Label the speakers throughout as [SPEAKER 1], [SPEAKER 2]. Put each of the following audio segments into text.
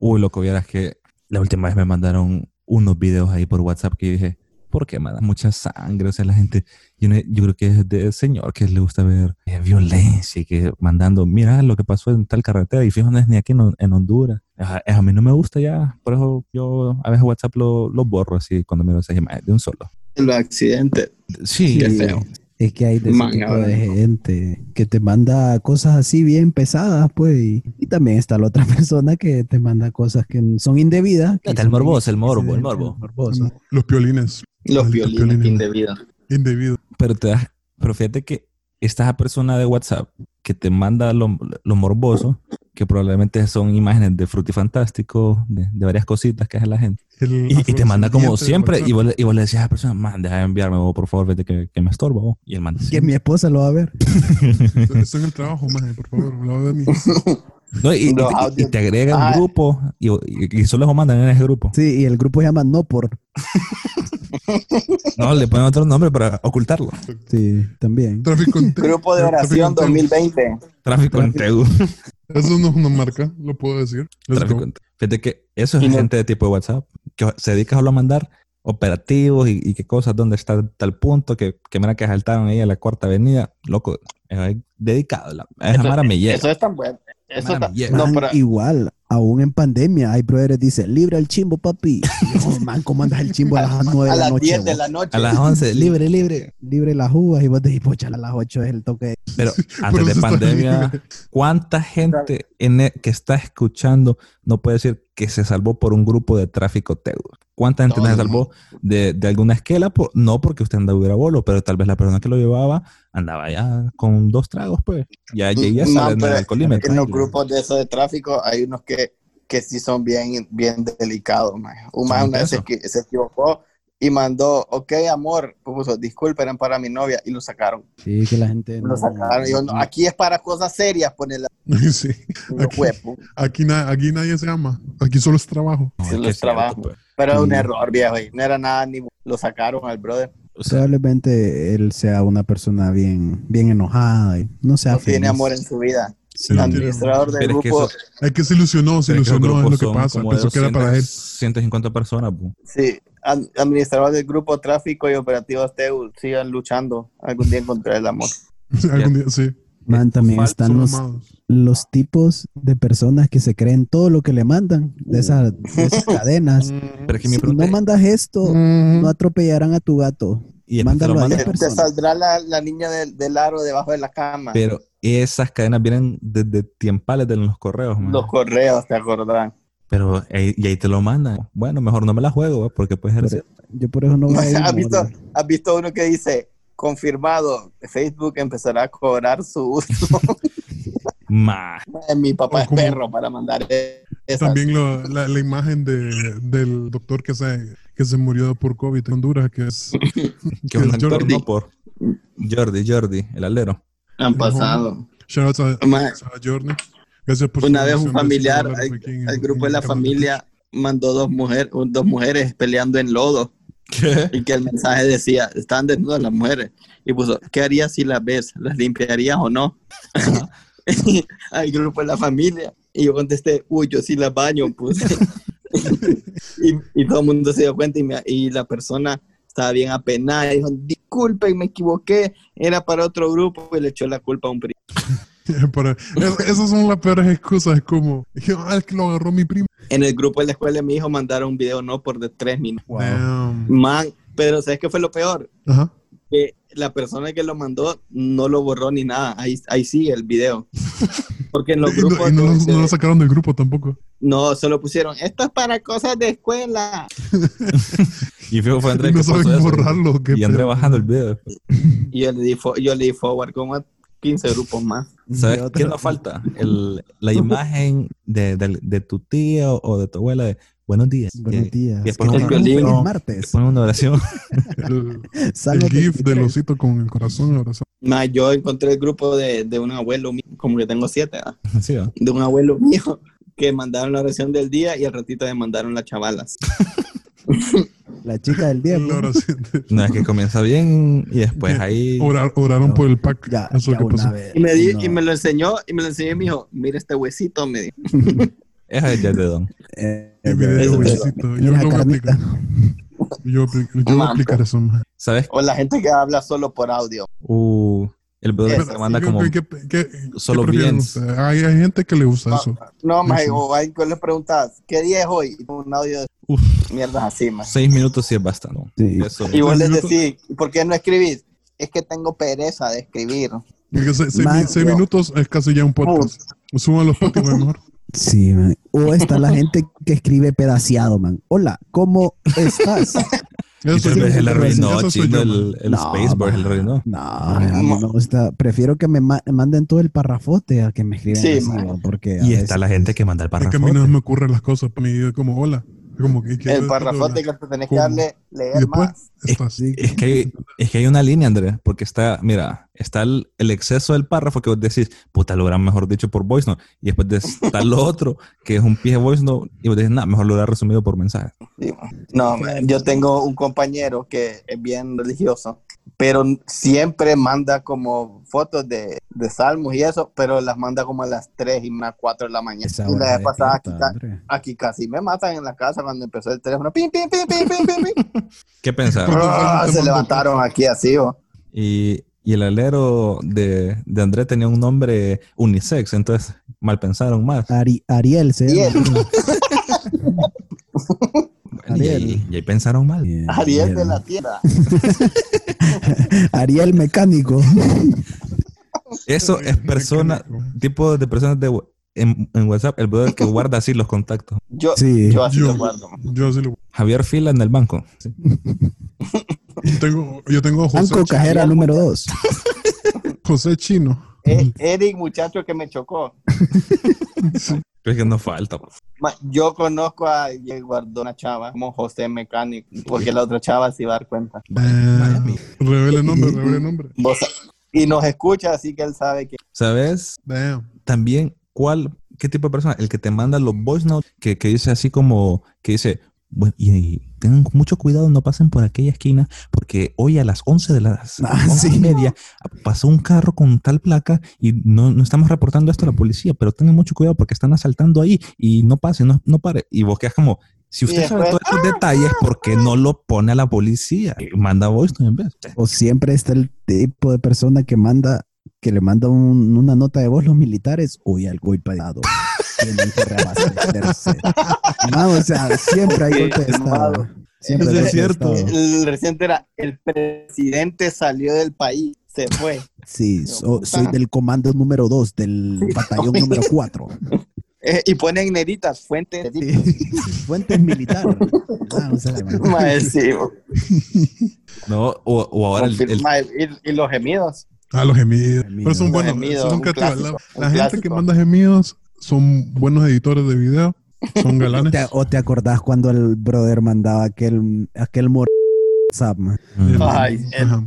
[SPEAKER 1] Uy, loco, vieras que la última vez me mandaron unos videos ahí por WhatsApp que dije, ¿por qué mandan mucha sangre? O sea, la gente, yo, no- yo creo que es del señor que le gusta ver eh, violencia y que mandando, mira lo que pasó en tal carretera y fijo, no es ni aquí en, Hon- en Honduras. Ajá, eh, A, mí no me gusta ya, por eso yo a veces WhatsApp lo, lo borro así cuando miro esas imágenes de un solo.
[SPEAKER 2] Los accidentes.
[SPEAKER 1] Sí,
[SPEAKER 2] Qué feo.
[SPEAKER 3] Es que hay de ese
[SPEAKER 2] Man,
[SPEAKER 3] tipo
[SPEAKER 2] ahora.
[SPEAKER 3] de gente que te manda cosas así bien pesadas, pues. Y, y también está la otra persona que te manda cosas que son indebidas. que
[SPEAKER 1] Está el
[SPEAKER 3] son-
[SPEAKER 1] morboso, el morbo, el
[SPEAKER 3] el
[SPEAKER 1] morbo.
[SPEAKER 3] morboso.
[SPEAKER 4] Los piolines.
[SPEAKER 2] Los
[SPEAKER 4] Malditos
[SPEAKER 2] violines indebidos.
[SPEAKER 4] Indebido.
[SPEAKER 1] pero te das, pero fíjate que está esa persona de WhatsApp que te manda lo, lo morboso, que probablemente son imágenes de frutifantástico, de, de varias cositas que hace la gente.
[SPEAKER 4] El
[SPEAKER 1] Y, y te manda como
[SPEAKER 4] afrodescendiente de
[SPEAKER 1] siempre, y
[SPEAKER 4] WhatsApp.
[SPEAKER 1] vos, le- y vos le decías a la persona, man, deja de enviarme, vos, por favor, vete que, que me estorbo. vos". Y el man, sí.
[SPEAKER 3] Que mi esposa lo va a ver.
[SPEAKER 4] Estoy en el trabajo, maje, por favor. lo hago a mí.
[SPEAKER 1] No, y, y
[SPEAKER 2] Los
[SPEAKER 1] te- y
[SPEAKER 2] audios.
[SPEAKER 1] te agrega un
[SPEAKER 2] Ah.
[SPEAKER 1] grupo y, y- y solo lo mandan en ese grupo.
[SPEAKER 3] Sí, y el grupo se llama No Por.
[SPEAKER 1] No, le ponen otro nombre para ocultarlo.
[SPEAKER 3] Sí, también.
[SPEAKER 4] Tráfico en Tegu.
[SPEAKER 2] Grupo de oración
[SPEAKER 4] Tráfico en Tegu.
[SPEAKER 2] 2020.
[SPEAKER 1] Tráfico en Tegu.
[SPEAKER 4] Eso no es una marca, lo puedo decir. Let's
[SPEAKER 1] Tráfico
[SPEAKER 4] go.
[SPEAKER 1] en Tegu. Fíjate que eso es
[SPEAKER 2] Y no-
[SPEAKER 1] gente de tipo de WhatsApp, que se dedica solo a mandar operativos y, y qué cosas, dónde está tal punto, que, que mira que asaltaron ahí a la cuarta avenida. Loco, es dedicado. La, esa
[SPEAKER 2] Eso-
[SPEAKER 1] mara me llega.
[SPEAKER 2] Eso es tan bueno. Eso
[SPEAKER 1] Mara
[SPEAKER 2] está-
[SPEAKER 1] me llega.
[SPEAKER 2] No,
[SPEAKER 3] Man,
[SPEAKER 2] pero-
[SPEAKER 3] Igual, aún en pandemia, hay brothers dice, libra el chimbo, papi. No, man, ¿cómo andas el chimbo a las 9
[SPEAKER 2] a
[SPEAKER 3] de la
[SPEAKER 2] las
[SPEAKER 3] noche?
[SPEAKER 2] 10 de
[SPEAKER 3] vos?
[SPEAKER 2] la noche.
[SPEAKER 1] A las 11, libre, libre.
[SPEAKER 3] Libre las uvas y vos decís, pocha, a las 8 es el toque.
[SPEAKER 1] Pero
[SPEAKER 4] Por
[SPEAKER 1] antes de
[SPEAKER 4] eso está
[SPEAKER 1] pandemia,
[SPEAKER 4] libre.
[SPEAKER 1] ¿cuánta gente en e- que está escuchando no puede decir que se salvó por un grupo de tráfico teu? ¿Cuánta gente no se
[SPEAKER 2] Todo.
[SPEAKER 1] salvó de, de alguna esquela? Por- no porque usted andaba a bolo, pero tal vez la persona que lo llevaba andaba ya con dos tragos, pues. Ya, ya, ya
[SPEAKER 2] No,
[SPEAKER 1] saben
[SPEAKER 2] pero
[SPEAKER 1] el alcoholímetro.
[SPEAKER 2] En los grupos de esos de tráfico hay unos que, que sí son bien, bien delicados. maje. Un maje
[SPEAKER 1] Son
[SPEAKER 2] una vez se,
[SPEAKER 1] intensos.
[SPEAKER 2] equi- se equivocó y mandó, ok, amor, puso, disculpen eran para mi novia y lo sacaron.
[SPEAKER 3] Sí, que la gente...
[SPEAKER 2] Lo sacaron. Y yo, no, aquí es para cosas serias, ponerla
[SPEAKER 4] Sí.
[SPEAKER 2] los
[SPEAKER 4] Aquí.
[SPEAKER 2] huevos.
[SPEAKER 4] Aquí, na- aquí nadie se ama. Aquí solo es trabajo.
[SPEAKER 1] No, es
[SPEAKER 2] en
[SPEAKER 1] que
[SPEAKER 2] los
[SPEAKER 1] es cierto,
[SPEAKER 2] trabajos.
[SPEAKER 1] pues.
[SPEAKER 2] Pero es un
[SPEAKER 3] Sí.
[SPEAKER 2] error, viejo. y No era nada, ni lo sacaron al brother.
[SPEAKER 1] O sea,
[SPEAKER 3] Probablemente él sea una persona bien, bien enojada y no sea
[SPEAKER 2] No tiene
[SPEAKER 3] feliz.
[SPEAKER 2] amor en su vida.
[SPEAKER 4] Sí,
[SPEAKER 2] El
[SPEAKER 4] no tiene
[SPEAKER 2] administrador del
[SPEAKER 1] Pero es que
[SPEAKER 2] grupo,
[SPEAKER 1] eso-
[SPEAKER 4] Es que se ilusionó, se
[SPEAKER 1] pero que los
[SPEAKER 4] ilusionó, es lo
[SPEAKER 1] grupos
[SPEAKER 4] que
[SPEAKER 1] son
[SPEAKER 4] pasa.
[SPEAKER 1] como de
[SPEAKER 4] Pensó que era para él.
[SPEAKER 1] 150 personas, pues.
[SPEAKER 2] sí, ad- administrador del grupo tráfico y operativos TEU sigan luchando algún día contra el amor.
[SPEAKER 4] Algún día, sí.
[SPEAKER 3] Man, también
[SPEAKER 1] Falso
[SPEAKER 3] están
[SPEAKER 4] Son
[SPEAKER 3] los,
[SPEAKER 4] amados.
[SPEAKER 3] los tipos de personas que se creen todo lo que le mandan de esas, de esas cadenas.
[SPEAKER 1] Pero es que mi
[SPEAKER 3] Si
[SPEAKER 1] pregunta
[SPEAKER 3] no
[SPEAKER 1] es,
[SPEAKER 3] mandas esto,
[SPEAKER 4] Mm.
[SPEAKER 3] no atropellarán a tu gato.
[SPEAKER 1] y después te lo
[SPEAKER 3] mándalo a
[SPEAKER 1] mandan.
[SPEAKER 3] Una
[SPEAKER 2] Te, te
[SPEAKER 3] persona.
[SPEAKER 2] saldrá la, la niña del, del aro debajo de la cama.
[SPEAKER 1] Pero esas cadenas vienen desde tiempales de los correos, man.
[SPEAKER 2] Los correos, te acordarán.
[SPEAKER 1] Pero ahí- y ahí te lo mandan. Bueno, mejor no me la juego, ¿va? porque puede ser.
[SPEAKER 3] Pero- Yo por eso no voy a ir.
[SPEAKER 2] ¿Has Ah, visto,
[SPEAKER 3] morra.
[SPEAKER 2] has visto uno que dice, confirmado, Facebook empezará a cobrar su uso.
[SPEAKER 1] Más.
[SPEAKER 2] Mi papá
[SPEAKER 4] O
[SPEAKER 2] es
[SPEAKER 4] como-
[SPEAKER 2] perro para mandar e- esas.
[SPEAKER 4] También lo- la, la imagen de, del doctor que se, que se murió por COVID en Honduras, que es.
[SPEAKER 1] Que un
[SPEAKER 4] es
[SPEAKER 1] actor,
[SPEAKER 4] Jordi.
[SPEAKER 1] no por. Jordi, Jordi, el alero.
[SPEAKER 2] Han pasado.
[SPEAKER 4] Shout out a,
[SPEAKER 2] Ma-
[SPEAKER 4] a Pues Jordi. Gracias por su
[SPEAKER 2] Una vez Pues un
[SPEAKER 4] donación de
[SPEAKER 2] familiar
[SPEAKER 4] $5
[SPEAKER 2] al,
[SPEAKER 4] aquí en-
[SPEAKER 2] al grupo de
[SPEAKER 4] en
[SPEAKER 2] la
[SPEAKER 4] el canal
[SPEAKER 2] familia mandó dos, mujer, un- dos mujeres peleando en lodo
[SPEAKER 1] ¿Qué?
[SPEAKER 2] y que el mensaje decía, están desnudas las mujeres. Y puso, ¿qué harías si las ves? ¿Las limpiarías o no? al grupo de la familia. Y yo contesté, uy, yo sí las baño, puse. y, y todo el mundo se dio cuenta y, me- y la persona estaba bien apenada. Y dijo, disculpen, me equivoqué, era para otro grupo y le echó la culpa a un primo.
[SPEAKER 4] TikTok. Para- es- esas son las peores excusas. Es como, "Ah, es que lo agarró mi primo.
[SPEAKER 2] En el grupo de la escuela de mi hijo mandaron un video no por de tres minutos.
[SPEAKER 4] Damn.
[SPEAKER 2] Man, pero ¿sabes qué fue lo peor?
[SPEAKER 4] Ajá.
[SPEAKER 2] Que la persona que lo mandó no lo borró ni nada. Ahí, ahí sigue el video. Porque en los
[SPEAKER 4] Y no-
[SPEAKER 2] grupos.
[SPEAKER 4] y no,
[SPEAKER 2] de-
[SPEAKER 4] los- no lo sacaron del grupo tampoco.
[SPEAKER 2] no, solo pusieron. Esto es para cosas de escuela.
[SPEAKER 1] Y fijo fue Andrés
[SPEAKER 4] no
[SPEAKER 1] que puso
[SPEAKER 4] saben
[SPEAKER 1] eso.
[SPEAKER 4] borrarlo. qué
[SPEAKER 1] Y Andrés
[SPEAKER 4] pedo.
[SPEAKER 1] bajando el video.
[SPEAKER 2] Y yo le di, fo- yo le di forward como a 15 grupos más.
[SPEAKER 1] ¿Sabes
[SPEAKER 3] Y otro-
[SPEAKER 1] qué nos falta? El, la imagen de, de- de tu tía o, o de tu abuela de buenos días.
[SPEAKER 3] Buenos
[SPEAKER 1] Y-
[SPEAKER 3] días.
[SPEAKER 1] y después
[SPEAKER 3] Que
[SPEAKER 2] el
[SPEAKER 3] tengan un
[SPEAKER 2] violín.
[SPEAKER 3] feliz
[SPEAKER 1] No.
[SPEAKER 3] martes.
[SPEAKER 1] Pone una oración.
[SPEAKER 4] El, el
[SPEAKER 3] Salvo
[SPEAKER 4] GIF del
[SPEAKER 3] 23.
[SPEAKER 4] osito con el corazón abrazado.
[SPEAKER 2] Más, yo encontré el grupo de, de un abuelo mío, como que tengo siete, ¿ah?
[SPEAKER 1] ¿Sí, va?
[SPEAKER 2] de un abuelo mío que mandaron la oración del día y al ratito me mandaron las chavalas.
[SPEAKER 3] La chica del día.
[SPEAKER 4] La
[SPEAKER 3] pues.
[SPEAKER 4] oración de-
[SPEAKER 1] No es que comienza bien y después ahí.
[SPEAKER 4] Orar- oraron
[SPEAKER 3] No.
[SPEAKER 4] por el pack.
[SPEAKER 3] Ya,
[SPEAKER 4] Eso
[SPEAKER 3] ya
[SPEAKER 4] que
[SPEAKER 3] una
[SPEAKER 4] pasó.
[SPEAKER 3] vez.
[SPEAKER 2] Y me, di-
[SPEAKER 3] una-
[SPEAKER 2] y me lo enseñó y me lo enseñó y me dijo, mira este huesito, me dijo.
[SPEAKER 1] Esa es ya de don.
[SPEAKER 3] Eh,
[SPEAKER 4] Y mira,
[SPEAKER 2] Eso
[SPEAKER 4] yo,
[SPEAKER 2] es
[SPEAKER 4] Luisito, yo
[SPEAKER 3] mira,
[SPEAKER 4] no voy a
[SPEAKER 3] carnita.
[SPEAKER 4] aplicar. Yo, apli- yo voy a
[SPEAKER 2] Mamá.
[SPEAKER 4] aplicar eso, maje.
[SPEAKER 1] ¿Sabes?
[SPEAKER 2] O la gente que habla solo por audio.
[SPEAKER 1] Uh, el brother
[SPEAKER 2] Esa
[SPEAKER 1] se
[SPEAKER 4] Pero,
[SPEAKER 1] manda
[SPEAKER 4] ¿qué-
[SPEAKER 1] como...
[SPEAKER 4] qué- qué- qué-
[SPEAKER 1] solo
[SPEAKER 4] qué prefieren
[SPEAKER 1] beans.
[SPEAKER 4] ustedes? Hay, hay gente que le gusta
[SPEAKER 2] No,
[SPEAKER 4] eso.
[SPEAKER 2] No,
[SPEAKER 4] Sí,
[SPEAKER 2] más
[SPEAKER 4] sí.
[SPEAKER 2] o hay que le preguntas, ¿qué día es hoy? Y Un audio de
[SPEAKER 1] Uf.
[SPEAKER 2] mierdas así, más.
[SPEAKER 1] Seis minutos sí es bastante. ¿no?
[SPEAKER 3] Sí.
[SPEAKER 1] Eso.
[SPEAKER 2] Y vos
[SPEAKER 4] Tres
[SPEAKER 2] les
[SPEAKER 4] minutos.
[SPEAKER 2] decís, ¿por qué no escribís? Es que tengo pereza de escribir.
[SPEAKER 4] Porque se- seis,
[SPEAKER 3] Man,
[SPEAKER 4] seis
[SPEAKER 2] yo-
[SPEAKER 4] minutos es casi ya un podcast. Suban los podcasts mejor.
[SPEAKER 3] Sí, man. O está la gente que escribe pedaciado, man. Hola, ¿cómo estás?
[SPEAKER 1] Y
[SPEAKER 4] Eso
[SPEAKER 1] tal
[SPEAKER 4] sí,
[SPEAKER 1] vez él
[SPEAKER 4] eso
[SPEAKER 1] arruinó,
[SPEAKER 4] soy
[SPEAKER 1] chino,
[SPEAKER 4] yo, man.
[SPEAKER 1] el, el
[SPEAKER 3] No,
[SPEAKER 1] spacebar,
[SPEAKER 3] man.
[SPEAKER 1] el arruinó.
[SPEAKER 3] No, a mí no me gusta. Prefiero que me ma- manden todo el parrafote a que me escriban
[SPEAKER 2] Sí,
[SPEAKER 3] así,
[SPEAKER 2] man.
[SPEAKER 3] man, porque a
[SPEAKER 1] Y
[SPEAKER 3] veces-
[SPEAKER 1] está la gente que manda el
[SPEAKER 4] Es que a mí no se
[SPEAKER 1] párrafo.
[SPEAKER 4] me ocurren las cosas. Para mí es como hola. Como que, que-
[SPEAKER 2] El parrafote que te tenés que
[SPEAKER 4] ¿Cómo?
[SPEAKER 2] darle,
[SPEAKER 4] Y
[SPEAKER 2] leer
[SPEAKER 4] después
[SPEAKER 2] más.
[SPEAKER 4] estás.
[SPEAKER 3] Sí,
[SPEAKER 1] Es que, hay, es que hay una línea, Andrés, porque está, mira, está el, el exceso del párrafo que vos decís, puta, lo habrán mejor dicho por voice note. Y después de- está lo otro, que es un pie de voice note, y vos decís, nada, mejor lo habrá resumido por mensaje.
[SPEAKER 2] No, man, yo tengo un compañero que es bien religioso, pero siempre manda como fotos de, de salmos y eso, pero las manda como a las 3 y más 4 de la mañana.
[SPEAKER 3] esa
[SPEAKER 2] Y
[SPEAKER 3] hora
[SPEAKER 2] la vez pasada aquí,
[SPEAKER 3] despierta,
[SPEAKER 2] ca-
[SPEAKER 3] hombre.
[SPEAKER 2] aquí casi me matan en la casa cuando empezó el teléfono. Pim, pim, pim, pim, pim, pim, pim.
[SPEAKER 1] ¿Qué pensás?
[SPEAKER 4] Pero-
[SPEAKER 2] Ah, se levantaron aquí así, oh.
[SPEAKER 1] Y, y el alero de, de Andrés tenía un nombre unisex, entonces mal pensaron más.
[SPEAKER 3] Ari- Ariel se llama.
[SPEAKER 1] Bueno, y, ahí,
[SPEAKER 3] Ariel.
[SPEAKER 1] y ahí pensaron mal.
[SPEAKER 3] Ariel,
[SPEAKER 2] Ariel de la tierra.
[SPEAKER 3] Ariel mecánico.
[SPEAKER 1] Eso es persona, tipo de personas de, en, en WhatsApp, el brother que guarda así los contactos.
[SPEAKER 2] Yo,
[SPEAKER 3] Sí.
[SPEAKER 2] yo así
[SPEAKER 4] Yo,
[SPEAKER 2] lo guardo. man.
[SPEAKER 4] yo así lo
[SPEAKER 1] Javier Fila en el banco. Sí.
[SPEAKER 4] tengo. Yo tengo a José,
[SPEAKER 3] Banco cajera
[SPEAKER 2] Ariel
[SPEAKER 3] número 2.
[SPEAKER 4] José Chino.
[SPEAKER 2] Eh, Eric, muchacho que me chocó.
[SPEAKER 1] Pero es que no falta. pues. po.
[SPEAKER 2] Ma- Yo conozco a que guardó una chava como José Mecánico, porque la otra chava sí va a dar cuenta.
[SPEAKER 4] Eh,
[SPEAKER 1] Vaya, mi-
[SPEAKER 4] revele nombre, revele nombre.
[SPEAKER 2] Vos- y nos escucha, así que él sabe que
[SPEAKER 1] ¿Sabes?
[SPEAKER 4] Damn.
[SPEAKER 1] También, ¿cuál, qué tipo de persona? El que te manda los voice notes que, que dice así como, que dice, "Bueno, y, y tengan mucho cuidado, no pasen por aquella esquina, porque hoy a las 11 de las
[SPEAKER 3] Ah,
[SPEAKER 1] 11 y
[SPEAKER 3] sí.
[SPEAKER 1] media pasó un carro con tal placa y no, no estamos reportando esto a la policía, pero tengan mucho cuidado porque están asaltando ahí y no pasen, no, no pare. Y vos quedas como, si usted
[SPEAKER 2] Y
[SPEAKER 1] sabe
[SPEAKER 2] después,
[SPEAKER 1] todos estos detalles, ¿por qué no lo pone a la policía? Y Manda voice note en vez.
[SPEAKER 3] O siempre está el tipo de persona que manda, que le manda un- una nota de voz los militares. Hoy al golpe de estado. Tienen que reabastecerse. Man, o sea, siempre hay golpe de estado. Siempre
[SPEAKER 2] Eso
[SPEAKER 3] hay golpe
[SPEAKER 2] es
[SPEAKER 3] de
[SPEAKER 1] cierto.
[SPEAKER 3] estado.
[SPEAKER 2] el reciente era el presidente salió del país, se fue.
[SPEAKER 3] Sí, so- soy del comando número 2, del batallón número 4.
[SPEAKER 2] Eh, y ponen neritas, fuentes.
[SPEAKER 3] Fuentes militar. Ah, o sea, man.
[SPEAKER 2] Ma, sí, bo.
[SPEAKER 1] No, o, o ahora el- el,
[SPEAKER 2] Confirma, y, y los gemidos.
[SPEAKER 4] Ah, los gemidos.
[SPEAKER 3] Gemidos.
[SPEAKER 4] Pero son
[SPEAKER 2] Los
[SPEAKER 4] buenos.
[SPEAKER 2] gemidos,
[SPEAKER 4] son
[SPEAKER 2] un
[SPEAKER 4] creativos.
[SPEAKER 2] clásico, un
[SPEAKER 4] la la gente que
[SPEAKER 2] clásico.
[SPEAKER 4] manda gemidos son buenos editores de video. Son galanes.
[SPEAKER 3] ¿Te- ¿O te acordás cuando el brother mandaba aquel, aquel mor... WhatsApp, man?
[SPEAKER 1] Mm.
[SPEAKER 2] Ay, el-
[SPEAKER 4] Ajá.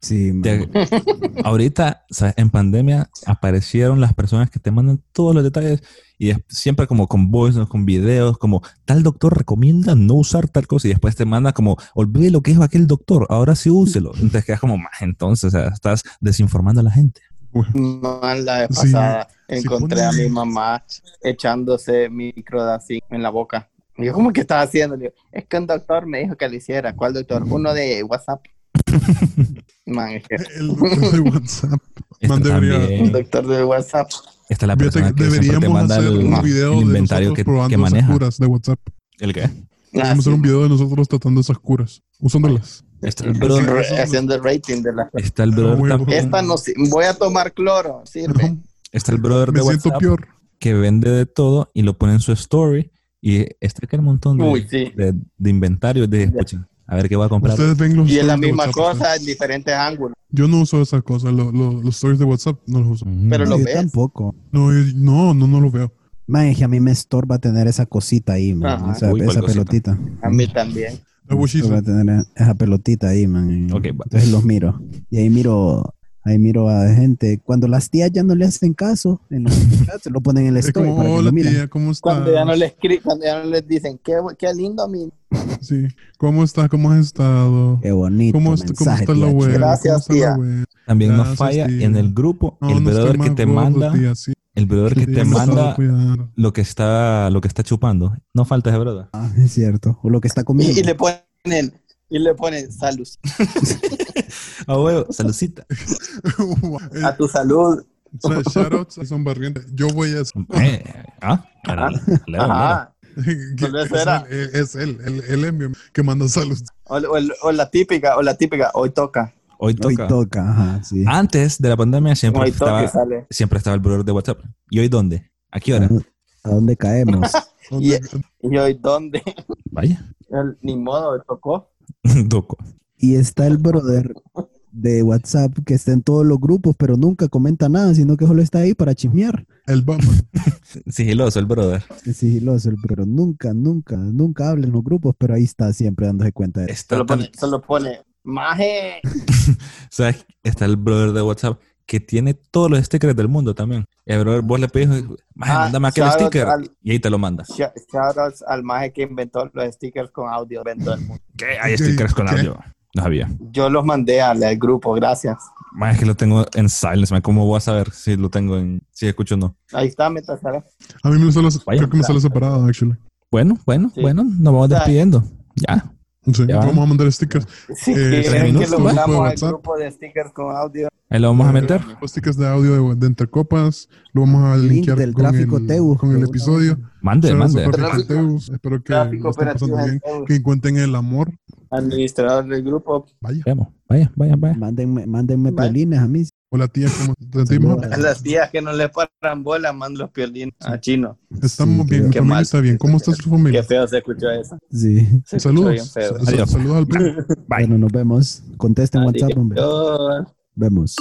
[SPEAKER 3] Sí, man.
[SPEAKER 1] Te- ahorita, ¿sabes? en pandemia, aparecieron las personas que te mandan todos los detalles y es- siempre como con voice, notes, con videos, como tal doctor recomienda no usar tal cosa y después te manda como, olvide lo que dijo aquel doctor, ahora sí úselo. Entonces quedas como, más entonces, o sea, estás desinformando a la gente.
[SPEAKER 2] Man, la vez
[SPEAKER 4] Sí,
[SPEAKER 2] pasada
[SPEAKER 4] sí
[SPEAKER 2] encontré
[SPEAKER 4] ponen-
[SPEAKER 2] a mi mamá echándose microdacin en la boca. Y yo, ¿cómo que estás haciendo? Le digo, es que un doctor me dijo que lo hiciera. ¿Cuál doctor? Uno de WhatsApp. Man, es que
[SPEAKER 4] El doctor de WhatsApp.
[SPEAKER 1] Está
[SPEAKER 4] Man, debería-
[SPEAKER 2] un
[SPEAKER 1] Este también-
[SPEAKER 2] doctor de WhatsApp.
[SPEAKER 1] esta es la
[SPEAKER 4] Fíjate
[SPEAKER 1] persona
[SPEAKER 4] que
[SPEAKER 1] que siempre te
[SPEAKER 4] deberíamos
[SPEAKER 1] manda
[SPEAKER 4] hacer
[SPEAKER 1] el,
[SPEAKER 4] un
[SPEAKER 1] el
[SPEAKER 4] video de
[SPEAKER 1] inventario
[SPEAKER 4] nosotros
[SPEAKER 1] que,
[SPEAKER 4] probando
[SPEAKER 1] que
[SPEAKER 4] esas
[SPEAKER 1] maneja.
[SPEAKER 4] curas de WhatsApp.
[SPEAKER 1] ¿El qué?
[SPEAKER 2] Ah,
[SPEAKER 4] Vamos a hacer
[SPEAKER 2] sí.
[SPEAKER 4] un video de nosotros tratando esas curas, usándolas.
[SPEAKER 1] Está el
[SPEAKER 2] Haciendo-
[SPEAKER 1] brother,
[SPEAKER 2] haciendo el rating de la...
[SPEAKER 1] está el brother
[SPEAKER 4] Ah, huevo.
[SPEAKER 1] también-
[SPEAKER 2] Esta no sirve. Voy a tomar cloro. Sirve.
[SPEAKER 1] está el brother
[SPEAKER 4] Me
[SPEAKER 1] de
[SPEAKER 4] siento
[SPEAKER 1] WhatsApp
[SPEAKER 4] peor.
[SPEAKER 1] que vende de todo y lo pone en su story y está aquel montón de,
[SPEAKER 2] Uy, sí.
[SPEAKER 1] de, de inventario de escuchen, a ver qué voy a comprar.
[SPEAKER 4] Ustedes ven los
[SPEAKER 2] Y es la
[SPEAKER 4] stories de
[SPEAKER 2] misma
[SPEAKER 4] WhatsApp,
[SPEAKER 2] cosa en diferentes ángulos.
[SPEAKER 4] ¿sabes? Yo no uso esas cosas. lo- lo- los stories de WhatsApp no los uso.
[SPEAKER 1] Mm.
[SPEAKER 2] pero
[SPEAKER 3] No,
[SPEAKER 2] lo
[SPEAKER 3] yo
[SPEAKER 2] ves.
[SPEAKER 3] tampoco.
[SPEAKER 4] No, yo- no, no, no los veo.
[SPEAKER 3] Man, es que a mí me estorba tener esa cosita ahí, man.
[SPEAKER 2] Ajá.
[SPEAKER 3] Esa,
[SPEAKER 1] Uy, ¿cuál
[SPEAKER 3] esa
[SPEAKER 1] cosita?
[SPEAKER 3] pelotita.
[SPEAKER 2] A mí también.
[SPEAKER 4] La
[SPEAKER 3] Me
[SPEAKER 4] bochiza.
[SPEAKER 3] estorba tener esa pelotita ahí, man.
[SPEAKER 1] Ok, va.
[SPEAKER 3] Entonces los miro. Y ahí miro, ahí miro a gente. Cuando las tías ya no le hacen caso, en los chats, lo ponen en el
[SPEAKER 4] Es
[SPEAKER 3] story
[SPEAKER 4] como,
[SPEAKER 3] para que
[SPEAKER 4] hola
[SPEAKER 3] lo miren.
[SPEAKER 4] tía, ¿cómo estás?
[SPEAKER 2] Cuando ya no les, escri- cuando ya no les dicen, qué, bu- qué lindo, mi.
[SPEAKER 4] Sí. ¿Cómo estás? ¿Cómo has estado?
[SPEAKER 3] Qué bonito
[SPEAKER 4] ¿Cómo, est-
[SPEAKER 3] mensaje,
[SPEAKER 4] cómo está la
[SPEAKER 3] tía
[SPEAKER 4] web?
[SPEAKER 3] Chela.
[SPEAKER 2] Gracias,
[SPEAKER 4] ¿Cómo está la
[SPEAKER 2] tía.
[SPEAKER 4] web?
[SPEAKER 1] También no
[SPEAKER 4] Gracias,
[SPEAKER 1] falla
[SPEAKER 4] tío.
[SPEAKER 1] en el grupo
[SPEAKER 4] No,
[SPEAKER 1] el
[SPEAKER 4] no estoy
[SPEAKER 1] brother
[SPEAKER 4] más
[SPEAKER 1] que te
[SPEAKER 4] gordo,
[SPEAKER 1] manda
[SPEAKER 4] tía, sí.
[SPEAKER 1] El brother que te
[SPEAKER 4] Sí, me estaba
[SPEAKER 1] manda
[SPEAKER 4] cuidando.
[SPEAKER 1] lo que está, lo que está chupando. No falta ese brother.
[SPEAKER 3] Ah, es cierto. O lo que está comiendo.
[SPEAKER 2] Y, y le ponen, y le ponen salud.
[SPEAKER 1] Ah, huevo, saludcita.
[SPEAKER 4] Eh,
[SPEAKER 2] A tu salud.
[SPEAKER 4] o sea, shoutouts son barrientes. Yo voy a
[SPEAKER 1] Eh, ah, para- leo, leo.
[SPEAKER 2] Ajá. Tal vez
[SPEAKER 4] es,
[SPEAKER 2] era.
[SPEAKER 4] él, eh, es él, él, él es mi amigo que manda saludos.
[SPEAKER 2] O, o- o la típica, o la típica, hoy toca.
[SPEAKER 1] Hoy
[SPEAKER 3] Hoy
[SPEAKER 1] toca. Ah,
[SPEAKER 3] toca, ajá, sí.
[SPEAKER 1] Antes de la pandemia siempre
[SPEAKER 2] Hoy toca y
[SPEAKER 1] estaba,
[SPEAKER 2] sale.
[SPEAKER 1] siempre estaba el brother de WhatsApp. ¿Y hoy dónde? ¿A qué hora?
[SPEAKER 3] ¿A dónde caemos?
[SPEAKER 2] Y- Y hoy, ¿dónde?
[SPEAKER 1] Vaya.
[SPEAKER 2] El- ni modo, hoy tocó.
[SPEAKER 1] Toco.
[SPEAKER 3] Y está el brother de WhatsApp que está en todos los grupos, pero nunca comenta nada, sino que solo está ahí para chismear.
[SPEAKER 4] El Batman.
[SPEAKER 1] Sigiloso el brother.
[SPEAKER 3] Es sigiloso, el- pero nunca, nunca, nunca habla en los grupos, pero ahí está siempre dándose cuenta de
[SPEAKER 1] Está
[SPEAKER 2] Solo
[SPEAKER 1] tan-
[SPEAKER 2] pone, solo pone, maje.
[SPEAKER 1] ¿Sabes? Está el brother de WhatsApp que tiene todos los stickers del mundo también. Y el brother, vos le pedís, "Maje,
[SPEAKER 2] Ah,
[SPEAKER 1] mándame aquel
[SPEAKER 2] shout out
[SPEAKER 1] sticker.
[SPEAKER 2] al-
[SPEAKER 1] Y ahí te lo manda.
[SPEAKER 2] Sh- Shoutouts al maje que inventó los stickers con audio. inventó el mundo.
[SPEAKER 1] ¿Qué? Hay stickers con
[SPEAKER 4] ¿Qué?
[SPEAKER 1] audio. No sabía.
[SPEAKER 2] Yo los mandé al, al grupo, gracias.
[SPEAKER 1] Más que lo tengo en silence. man. ¿Cómo voy a saber si lo tengo en. si escucho o no?
[SPEAKER 2] Ahí está, mientras sale.
[SPEAKER 4] A mí me sale,
[SPEAKER 1] Vaya.
[SPEAKER 4] creo que me sale separado, actually.
[SPEAKER 1] Bueno, bueno,
[SPEAKER 2] Sí.
[SPEAKER 1] bueno. Nos vamos
[SPEAKER 2] Ya.
[SPEAKER 1] despidiendo. Ya.
[SPEAKER 4] Sí,
[SPEAKER 1] Ya.
[SPEAKER 4] vamos a mandar stickers.
[SPEAKER 2] Si
[SPEAKER 4] Eh,
[SPEAKER 2] quieren que
[SPEAKER 1] minutos,
[SPEAKER 2] lo
[SPEAKER 1] grupo
[SPEAKER 4] de
[SPEAKER 2] mandamos al
[SPEAKER 4] WhatsApp.
[SPEAKER 2] grupo de stickers con audio.
[SPEAKER 1] Ahí lo vamos a meter.
[SPEAKER 4] Los Eh, Stickers de audio de, de Entre Copas. Lo vamos a
[SPEAKER 3] Link
[SPEAKER 4] linkear
[SPEAKER 3] del
[SPEAKER 4] con,
[SPEAKER 3] tráfico
[SPEAKER 4] el,
[SPEAKER 3] Teus,
[SPEAKER 4] con el
[SPEAKER 3] que
[SPEAKER 4] episodio.
[SPEAKER 1] Mande,
[SPEAKER 4] Shoutouts
[SPEAKER 1] mande.
[SPEAKER 4] a Tráfico
[SPEAKER 2] Tráfico-
[SPEAKER 4] Teus. Espero que
[SPEAKER 2] Tráfico
[SPEAKER 4] lo estén
[SPEAKER 2] operativo.
[SPEAKER 4] pasando bien.
[SPEAKER 2] en-
[SPEAKER 4] Que encuentren el amor.
[SPEAKER 2] Administrador del grupo.
[SPEAKER 4] Vaya.
[SPEAKER 1] Vemos. Vaya, vaya, vaya.
[SPEAKER 3] Mándenme, mándenme
[SPEAKER 2] Vale.
[SPEAKER 3] piolines a mí.
[SPEAKER 4] Hola tía, ¿cómo te sentimos?
[SPEAKER 3] Saludos.
[SPEAKER 2] A las tías que no le paran bola, mando los piolines a chino.
[SPEAKER 4] Estamos
[SPEAKER 3] Sí,
[SPEAKER 4] bien, mi
[SPEAKER 2] qué
[SPEAKER 4] familia
[SPEAKER 2] mal.
[SPEAKER 4] está bien. ¿Cómo está su
[SPEAKER 2] Qué
[SPEAKER 4] familia?
[SPEAKER 2] feo se escuchó eso.
[SPEAKER 3] Sí.
[SPEAKER 2] Se escuchó bien
[SPEAKER 4] Saludos.
[SPEAKER 2] feo.
[SPEAKER 4] Sal- sal-
[SPEAKER 1] Adiós.
[SPEAKER 4] Saludos al primo.
[SPEAKER 1] Bye.
[SPEAKER 3] Bueno, nos vemos. Contesten WhatsApp, hombre.
[SPEAKER 2] Adiós.
[SPEAKER 3] Vemos.